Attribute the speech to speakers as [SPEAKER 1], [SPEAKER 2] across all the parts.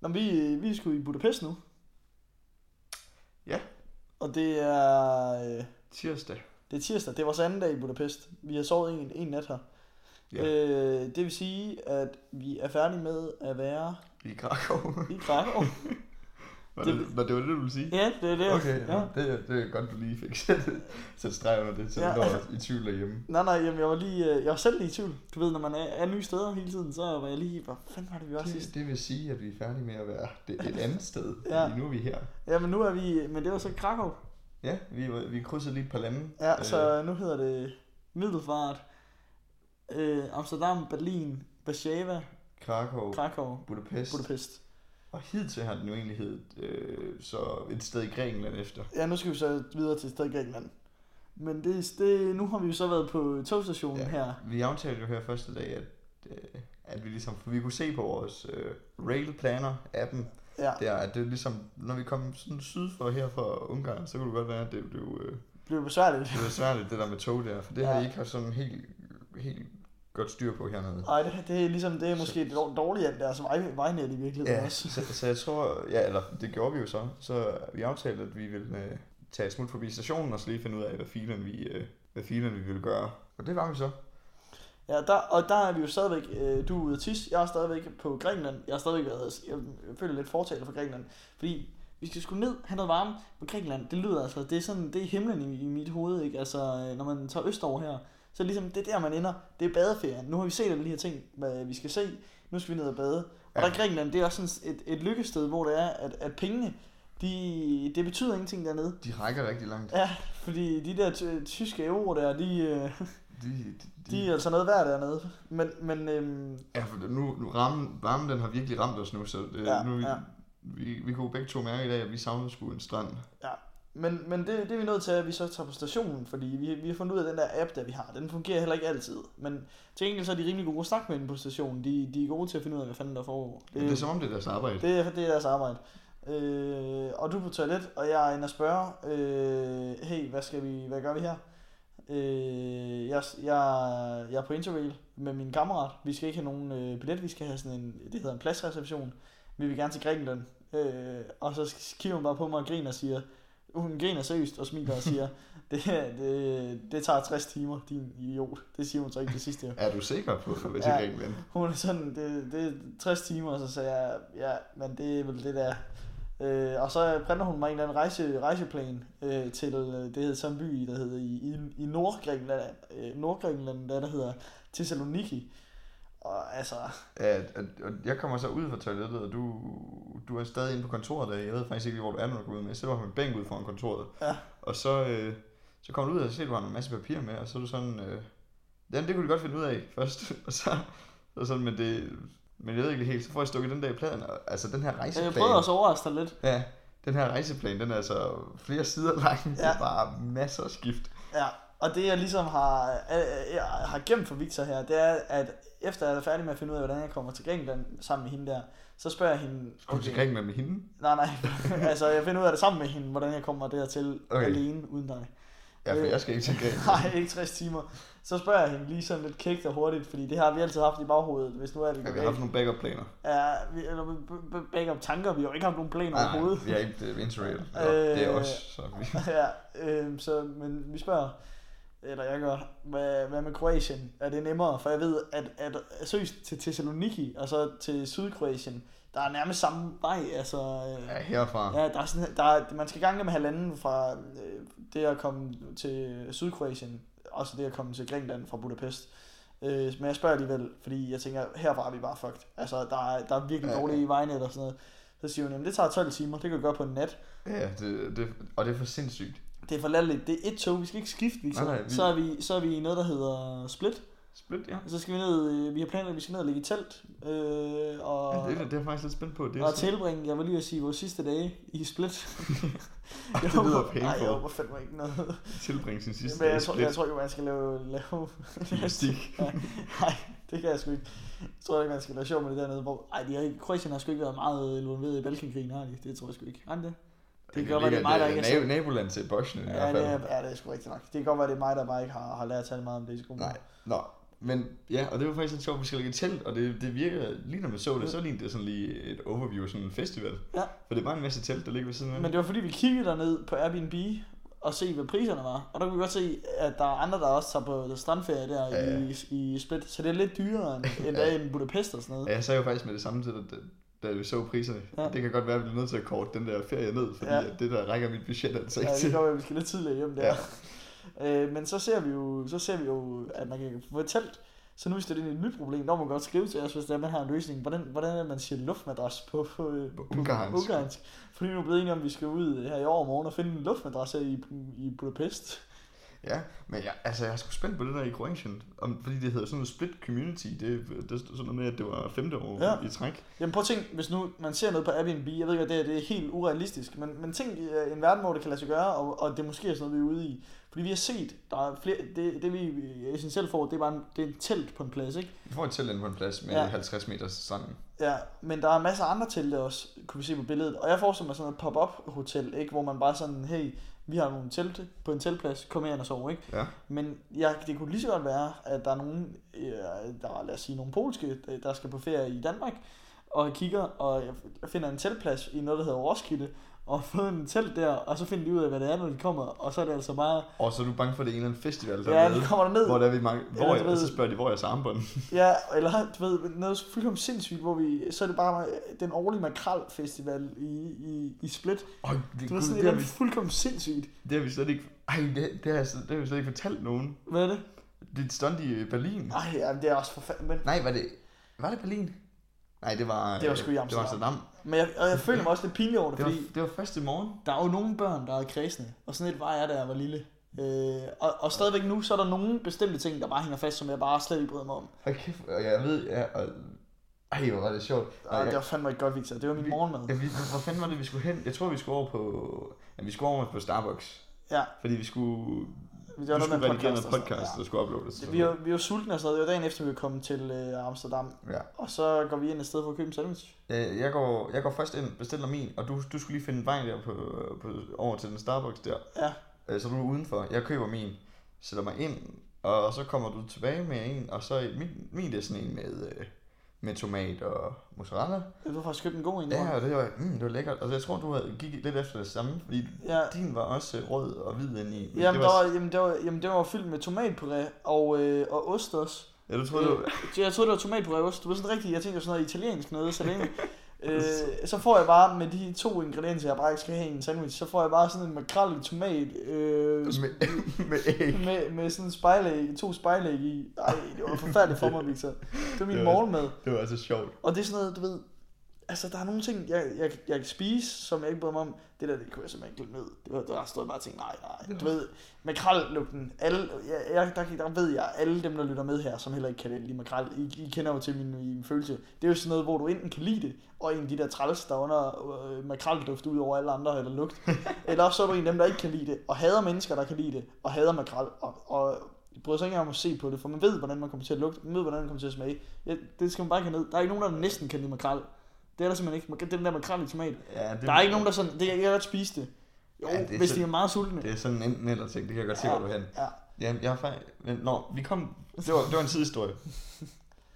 [SPEAKER 1] Nå, men vi, vi skulle i Budapest nu.
[SPEAKER 2] Ja.
[SPEAKER 1] Og det er, øh,
[SPEAKER 2] Tirsdag.
[SPEAKER 1] det er tirsdag. Det er vores anden dag i Budapest. Vi har sovet en, en nat her.
[SPEAKER 2] Ja.
[SPEAKER 1] Øh, det vil sige, at vi er færdige med at være
[SPEAKER 2] I Krakow.
[SPEAKER 1] i Krakow.
[SPEAKER 2] var,
[SPEAKER 1] Det-
[SPEAKER 2] det, var det, var det, du ville sige?
[SPEAKER 1] ja, det er det.
[SPEAKER 2] Okay,
[SPEAKER 1] ja.
[SPEAKER 2] ja. det, det er godt, du lige fik sat sat streg under det, så
[SPEAKER 1] Ja.
[SPEAKER 2] ja. du når i tvivl derhjemme.
[SPEAKER 1] Nej, nej, jamen, jeg var lige, øh, jeg var selv lige i tvivl. Du ved, når man er, er nye steder hele tiden, så var jeg lige, hvor fanden var det, vi var sidst?
[SPEAKER 2] Det, det vil sige, at vi er færdige med at være det, et andet sted,
[SPEAKER 1] Ja.
[SPEAKER 2] ja. fordi nu er vi her.
[SPEAKER 1] Ja, men nu er vi, men det var så Krakow.
[SPEAKER 2] Ja, vi, var- vi krydsede lige et par lande.
[SPEAKER 1] Ja, øh. så nu hedder det Middelfart, øh, Amsterdam, Berlin, Warszawa,
[SPEAKER 2] Krakow,
[SPEAKER 1] Krakow,
[SPEAKER 2] Budapest. Budapest.
[SPEAKER 1] Budapest.
[SPEAKER 2] Og hidtil har den jo egentlig heddet øh, så et sted i Grækenland efter.
[SPEAKER 1] Ja, nu skal vi så videre til et sted i Grækenland. Men det, det, nu har vi jo så været på togstationen ja.
[SPEAKER 2] Ja.
[SPEAKER 1] her.
[SPEAKER 2] Vi aftalte jo her første dag, at, øh, at vi ligesom, for vi kunne se på vores øh, railplaner-appen,
[SPEAKER 1] Ja,
[SPEAKER 2] der, at det er ligesom, når vi kom sådan syd for her fra Ungarn, så kunne det godt være, at det blev, øh,
[SPEAKER 1] det blev besværligt.
[SPEAKER 2] det blev svært det der med tog der, for det har
[SPEAKER 1] Ja.
[SPEAKER 2] I ikke haft sådan helt, helt godt styr på hernede.
[SPEAKER 1] Ej, det, det er ligesom, det er måske det dårlige af deres vej, vejnet i virkeligheden
[SPEAKER 2] Ja,
[SPEAKER 1] også.
[SPEAKER 2] så, så jeg tror, ja, eller det gjorde vi jo så, så vi aftalte, at vi ville øh, tage et smut forbi stationen, og så lige finde ud af, hvad filen vi, øh, hvad filen vi ville gøre. Og det var vi så.
[SPEAKER 1] Ja, der, og der er vi jo stadigvæk, øh, du er ude at tisse, jeg er stadigvæk på Grækenland, jeg har stadigvæk været, jeg føler lidt fortaler for Grækenland, fordi vi skal sgu ned, have noget varme, men Grækenland, det lyder altså, det er sådan, det er himlen i, i mit hoved, ikke? Altså, øh, når man tager østover her, så er det ligesom, det er der man ender, det er badeferien, nu har vi set alle de her ting, hvad vi skal se, nu skal vi ned og bade, og der er Grækenland, det er også sådan et, et lykkested, hvor det er, at, at pengene, de, det betyder ingenting dernede,
[SPEAKER 2] De rækker rigtig langt.
[SPEAKER 1] ja, fordi de der ty- tyske euro der, de, øh,
[SPEAKER 2] De, de,
[SPEAKER 1] de er altså noget værd dernede. Men, men øhm,
[SPEAKER 2] Ja, for nu, nu rammen, varmen den har virkelig ramt os nu, så det,
[SPEAKER 1] Ja,
[SPEAKER 2] ja, nu,
[SPEAKER 1] ja.
[SPEAKER 2] ja. Vi, vi kunne begge to mærke i dag, at vi savner sgu en strand.
[SPEAKER 1] Men, men det, det er vi nødt til, at vi så tager på stationen, fordi vi, vi har fundet ud af, at den der app, der vi har, den fungerer heller ikke altid. Men til gengæld så er de rimelig gode at snakke med inde på stationen. De, de er gode til at finde ud af, hvad fanden der foregår.
[SPEAKER 2] Det, det er som om det er deres arbejde. Det,
[SPEAKER 1] det, er, det er deres arbejde. Øh, og du er på toilet, og jeg er inde og spørge, øh, hey, hvad, skal vi, hvad gør vi her? Øh, jeg, jeg, jeg er på Interrail med min kammerat. Vi skal ikke have nogen øh, billet, vi skal have sådan en, det hedder en pladsreservation. Vi vil gerne til Grækenland. Øh, og så kigger hun bare på mig og griner og siger, hun griner seriøst og smiler og siger, det, det, det tager 60 timer, din idiot. Det siger hun så ikke det sidste.
[SPEAKER 2] er du sikker på, at du er
[SPEAKER 1] Ja.
[SPEAKER 2] til Grækenland?
[SPEAKER 1] Hun er sådan, det, det er 60 timer, og så sagde jeg, ja, men det er vel det der. Øh, og så printer hun mig en eller anden rejse, rejseplan øh, til, øh, det hedder sådan en by, der hedder i, i, i Nordgrækenland, øh, Nordgrækenland, der, der hedder Thessaloniki. Og altså,
[SPEAKER 2] At, at, at jeg kommer så ud fra toilettet, og du, du er stadig inde på kontoret. Der. Jeg ved faktisk ikke, lige, hvor du er, når du går ud, men jeg sætter mig på en bænk ud foran kontoret.
[SPEAKER 1] Ja.
[SPEAKER 2] Og så, øh, så kommer du ud, og så ser du, du har en masse papir med, og så er du sådan... Øh, jamen, det kunne du godt finde ud af først. og så, så sådan, men det... Men jeg ved ikke helt, så får jeg stukket den der i pladen. og- Altså, den her
[SPEAKER 1] øh,
[SPEAKER 2] rejseplan...
[SPEAKER 1] jeg prøvede også at overraske dig lidt.
[SPEAKER 2] Ja, den her rejseplan, den er altså flere sider lang. Ja.
[SPEAKER 1] Ja.
[SPEAKER 2] Det er bare masser af skift.
[SPEAKER 1] Ja, og det jeg ligesom har, øh, øh, jeg har gemt for Victor her, det er, at efter jeg er færdig med at finde ud af, hvordan jeg kommer til Grækenland sammen med hende der, så spørger jeg hende,
[SPEAKER 2] Skulle okay. til Grækenland med hende?
[SPEAKER 1] Nej, nej. altså, jeg finder ud af det sammen med hende, hvordan jeg kommer dertil okay.
[SPEAKER 2] Okay.
[SPEAKER 1] alene uden dig.
[SPEAKER 2] Ja, for
[SPEAKER 1] Øh.
[SPEAKER 2] jeg skal ikke til Grækenland.
[SPEAKER 1] Nej, ikke 60 timer. Så spørger jeg hende lige sådan lidt kægt og hurtigt, fordi det har vi altid haft i baghovedet, hvis nu er det
[SPEAKER 2] Ja,
[SPEAKER 1] går
[SPEAKER 2] vi har haft
[SPEAKER 1] galt.
[SPEAKER 2] nogle backup-planer.
[SPEAKER 1] Ja, vi, eller b- b- backup tanker, vi har jo ikke haft nogen plan
[SPEAKER 2] Nej,
[SPEAKER 1] overhovedet.
[SPEAKER 2] nej, vi har ikke det er interrail. Øh... Det er
[SPEAKER 1] Øh.
[SPEAKER 2] også så vi...
[SPEAKER 1] ja, øh, så, men vi spørger, eller jeg gør, hvad, hvad med Kroatien? Er det nemmere? For jeg ved, at, at, at søs til Thessaloniki og så til Sydkroatien, der er nærmest samme vej. Altså, øh,
[SPEAKER 2] Ja, herfra. Ja.
[SPEAKER 1] Ja, der er sådan, der er, man skal gange med halvanden fra øh, det at komme til Sydkroatien, og så det at komme til Grækenland fra Budapest. Øh, men jeg spørger alligevel, fordi jeg tænker, herfra er vi bare fucked. Altså, der er, der er virkelig
[SPEAKER 2] Ja, ja.
[SPEAKER 1] dårlige vejnet og sådan noget. Så siger hun, jamen det tager 12 timer, det kan du gøre på en nat.
[SPEAKER 2] ja det, det, og det er for sindssygt.
[SPEAKER 1] Det er for latterligt, det er et tog, vi skal ikke skifte ligesom.
[SPEAKER 2] Nej, nej, vi-
[SPEAKER 1] Så, er vi, så er vi i noget, der hedder Split.
[SPEAKER 2] Split, ja.
[SPEAKER 1] Og så skal vi ned, øh, vi har planer, at vi skal ned og ligge i telt. Øh, og,
[SPEAKER 2] ja det, er, det er jeg faktisk lidt spændt på. Det er
[SPEAKER 1] og
[SPEAKER 2] sådan,
[SPEAKER 1] tilbringe, jeg vil lige at sige, vores sidste dage i Split.
[SPEAKER 2] det
[SPEAKER 1] Jeg
[SPEAKER 2] lyder
[SPEAKER 1] håber- Ej, jeg
[SPEAKER 2] painful
[SPEAKER 1] håber fandme ikke noget.
[SPEAKER 2] at tilbringe sin sidste
[SPEAKER 1] Men
[SPEAKER 2] dag i
[SPEAKER 1] jeg tror, jeg
[SPEAKER 2] split
[SPEAKER 1] tror ikke, man skal lave... lave
[SPEAKER 2] gymnastik.
[SPEAKER 1] Nej, det kan jeg sgu ikke. Jeg tror ikke, man skal lave sjov med det dernede. Hvor... Ej, de har ikke... Kroatien har sgu ikke været meget involveret i Balkankrigen, har de? Det tror jeg sgu ikke. Har de det? Det kan godt være, det er mig, der ikke er
[SPEAKER 2] nabo, naboland til Bosnien i
[SPEAKER 1] Ja, det
[SPEAKER 2] hvert fald.
[SPEAKER 1] er, ja, det er sgu rigtigt nok. Det kan godt være, det er mig, der bare ikke har, har lært særlig meget om det i skolen.
[SPEAKER 2] Nej, nå. Men ja, og det var faktisk lidt sjovt, vi skal lægge et telt, og det, det virker, lige når man så det, så lignede det sådan lige et overview af sådan en festival.
[SPEAKER 1] Ja.
[SPEAKER 2] For det er bare en masse telt, der ligger ved siden af.
[SPEAKER 1] Men det var fordi, vi kiggede derned på Airbnb og se, hvad priserne var. Og der kunne vi godt se, at der er andre, der også tager på strandferie der
[SPEAKER 2] Ja,
[SPEAKER 1] ja. i, i Split. Så det er lidt dyrere end, end ja. i Budapest og sådan noget.
[SPEAKER 2] Ja, jeg sagde jo faktisk med det samme til dig, da- da vi så priserne.
[SPEAKER 1] Ja.
[SPEAKER 2] Ja. Det kan godt være, at vi bliver nødt til at korte den der ferie ned, fordi
[SPEAKER 1] Ja.
[SPEAKER 2] ja. det der rækker mit budget altså ikke
[SPEAKER 1] Ja, det
[SPEAKER 2] til.
[SPEAKER 1] kan godt være, at vi skal lidt tidligere hjem der. Ja. Øh, men så ser, vi jo, så ser vi jo, at man kan få et telt. Så nu er det et nyt problem. Der må man godt skrive til os, hvis der man har en løsning. Hvordan, hvordan er det, man siger luftmadras på, på, øh,
[SPEAKER 2] På ungarsk.
[SPEAKER 1] ungarsk? Fordi nu er vi blevet enige om, at vi skal ud øh, her i overmorgen og finde en luftmadras her i, i Budapest.
[SPEAKER 2] Ja, men jeg, altså, jeg er sgu spændt på det der i Kroatien, om, fordi det hedder sådan noget split community. Det, det er sådan noget med, at det var femte år
[SPEAKER 1] Ja.
[SPEAKER 2] ja. i træk.
[SPEAKER 1] Jamen prøv at tænke, hvis nu man ser noget på Airbnb, jeg ved godt, det, her, det er helt urealistisk, men, men tænk i øh, en verden, hvor det kan lade sig gøre, og, og det måske er sådan noget, vi er ude i. Fordi vi har set, der er flere, det, det vi øh, essentielt får, det er bare en, det er en telt på en plads, ikke?
[SPEAKER 2] Vi får et telt inde på en plads med
[SPEAKER 1] Ja.
[SPEAKER 2] ja. 50 meter stranden.
[SPEAKER 1] Ja, men der er masser af andre telte også, kunne vi se på billedet. Og jeg forestiller mig sådan et pop-up hotel, ikke? Hvor man bare sådan, hey, vi har nogle telte på en teltplads, kom her og sov, ikke?
[SPEAKER 2] Ja.
[SPEAKER 1] Men jeg, det kunne lige så godt være, at der er nogen, øh, der er, lad os sige, nogle polske, der- der skal på ferie i Danmark, og kigger, og jeg finder en teltplads i noget, der hedder Roskilde, og får en telt der, og så finder de ud af, hvad det er, når de kommer, og så er det altså bare,
[SPEAKER 2] Og så er du bange for, at det er en eller anden festival
[SPEAKER 1] ja,
[SPEAKER 2] dernede,
[SPEAKER 1] de
[SPEAKER 2] ja,
[SPEAKER 1] kommer derned,
[SPEAKER 2] hvor der er vi mange, hvor
[SPEAKER 1] du ved-
[SPEAKER 2] jeg, så spørger de, hvor er jeres armbånd?
[SPEAKER 1] Ja, eller du ved, noget fuldkommen sindssygt, hvor vi, så er det bare den årlige makralfestival i, i, i Split.
[SPEAKER 2] Oh, det,
[SPEAKER 1] Det var sådan et
[SPEAKER 2] gud, det,
[SPEAKER 1] eller
[SPEAKER 2] har vi,
[SPEAKER 1] andet fuldkommen sindssygt.
[SPEAKER 2] det har vi slet ikke... Ej, det, det, har, jeg slet- det har vi slet ikke fortalt nogen.
[SPEAKER 1] Hvad er det?
[SPEAKER 2] Det er et stunt i øh, Berlin.
[SPEAKER 1] Ej, ja, det er også forfærdeligt. Men,
[SPEAKER 2] Nej, var det, var det Berlin? Nej, det var, øh,
[SPEAKER 1] Det var sgu i
[SPEAKER 2] Det var Amsterdam.
[SPEAKER 1] men jeg, og jeg føler mig også lidt pinlig over det,
[SPEAKER 2] Det var,
[SPEAKER 1] fordi
[SPEAKER 2] det var første morgen.
[SPEAKER 1] der er jo nogle børn, der er kredsende, og sådan et var jeg, da jeg var lille. Øh, og, og stadigvæk nu, så er der nogle bestemte ting, der bare hænger fast, som jeg bare slet ikke bryder mig om.
[SPEAKER 2] Hold kæft, og jeg ved, ja, og... Ej, hvor var det sjovt.
[SPEAKER 1] Og det var fandme et godt, Victor. Det var min
[SPEAKER 2] Vi-
[SPEAKER 1] morgenmad.
[SPEAKER 2] Ja, vi, hvor fanden var det, vi skulle hen? Jeg tror, vi skulle over på... Ja, vi skulle over på Starbucks.
[SPEAKER 1] Ja,
[SPEAKER 2] Fordi vi skulle...
[SPEAKER 1] det
[SPEAKER 2] vi
[SPEAKER 1] var noget
[SPEAKER 2] skulle
[SPEAKER 1] med en
[SPEAKER 2] redigere
[SPEAKER 1] podcast. og
[SPEAKER 2] noget
[SPEAKER 1] sådan noget.
[SPEAKER 2] podcast, der skulle uploades.
[SPEAKER 1] Ja. Vi, var, vi var sultne og sådan noget. Det var dagen efter, vi kom til øh, Amsterdam.
[SPEAKER 2] Ja.
[SPEAKER 1] Og så går vi ind et sted for at købe en sandwich.
[SPEAKER 2] Øh, Jeg går, jeg går først ind, bestiller min, og du, du skulle lige finde vejen der på, på, over til den Starbucks der.
[SPEAKER 1] Ja.
[SPEAKER 2] Øh, Så du er udenfor. Jeg køber min, sætter mig ind, og så kommer du tilbage med en, og så min, min det er sådan en med, øh, med tomat og mozzarella.
[SPEAKER 1] Du har faktisk købt en god en.
[SPEAKER 2] Ja,
[SPEAKER 1] Morten.
[SPEAKER 2] og det var, mm, det var lækkert. Altså, jeg tror, du havde, gik lidt efter det samme, fordi
[SPEAKER 1] ja.
[SPEAKER 2] din var også øh, rød og hvid indeni. men
[SPEAKER 1] Jamen,
[SPEAKER 2] det
[SPEAKER 1] der
[SPEAKER 2] var,
[SPEAKER 1] var, jamen, det var, jamen, det var fyldt med tomatpuré og, øh, og ost også.
[SPEAKER 2] ja, du troede, det var,
[SPEAKER 1] Så Jeg troede, det var tomatpuré og ost. Det var sådan rigtig, jeg tænkte, det var sådan noget italiensk noget, så længe. øh, så får jeg bare med de to ingredienser, jeg bare ikke skal have i en sandwich, så får jeg bare sådan en makrel i tomat øh,
[SPEAKER 2] med, med æg.
[SPEAKER 1] med, med sådan en spejlæg, to spejlæg i. Ej, det var forfærdeligt for mig, Victor. Det var min
[SPEAKER 2] Det var-
[SPEAKER 1] morgenmad.
[SPEAKER 2] Det var altså sjovt.
[SPEAKER 1] Og det er sådan noget, du ved, altså der er nogle ting, jeg, jeg, jeg kan spise, som jeg ikke bryder mig om. Det der, det kunne jeg simpelthen ikke glemme ned. Det var, der stod jeg bare og tænkte, nej, nej. Du ved, makrellugten, alle, jeg, jeg, der, der ved jeg, alle dem, der lytter med her, som heller ikke kan lide makrel, I, I kender jo til min, min følelse. Det er jo sådan noget, hvor du enten kan lide det, og en af de der træls, der er under øh, makrelduft ud over alle andre, eller lugt. eller også så er du en af dem, der ikke kan lide det, og hader mennesker, der kan lide det, og hader makrel, og, og bryder sig ikke engang om at se på det, for man ved, hvordan man kommer til at lugte, man ved, hvordan man kommer til at smage. Ja, det skal man bare ikke have ned. Der er ikke nogen, der næsten kan lide makrel. Det er der simpelthen ikke. Man kan- Det er den der makrel i tomat.
[SPEAKER 2] Ja, det,
[SPEAKER 1] Der er ikke nogen, der sådan, det kan jeg godt spise det. Jo,
[SPEAKER 2] Ja,
[SPEAKER 1] ja,
[SPEAKER 2] det er
[SPEAKER 1] hvis de
[SPEAKER 2] sådan-
[SPEAKER 1] er meget sultne.
[SPEAKER 2] Det er sådan en enten eller ting, det kan jeg godt se, hvor du er hen.
[SPEAKER 1] Ja,
[SPEAKER 2] Ja, jeg har faktisk... Men, nå, vi kom... Det var, det var en tidshistorie.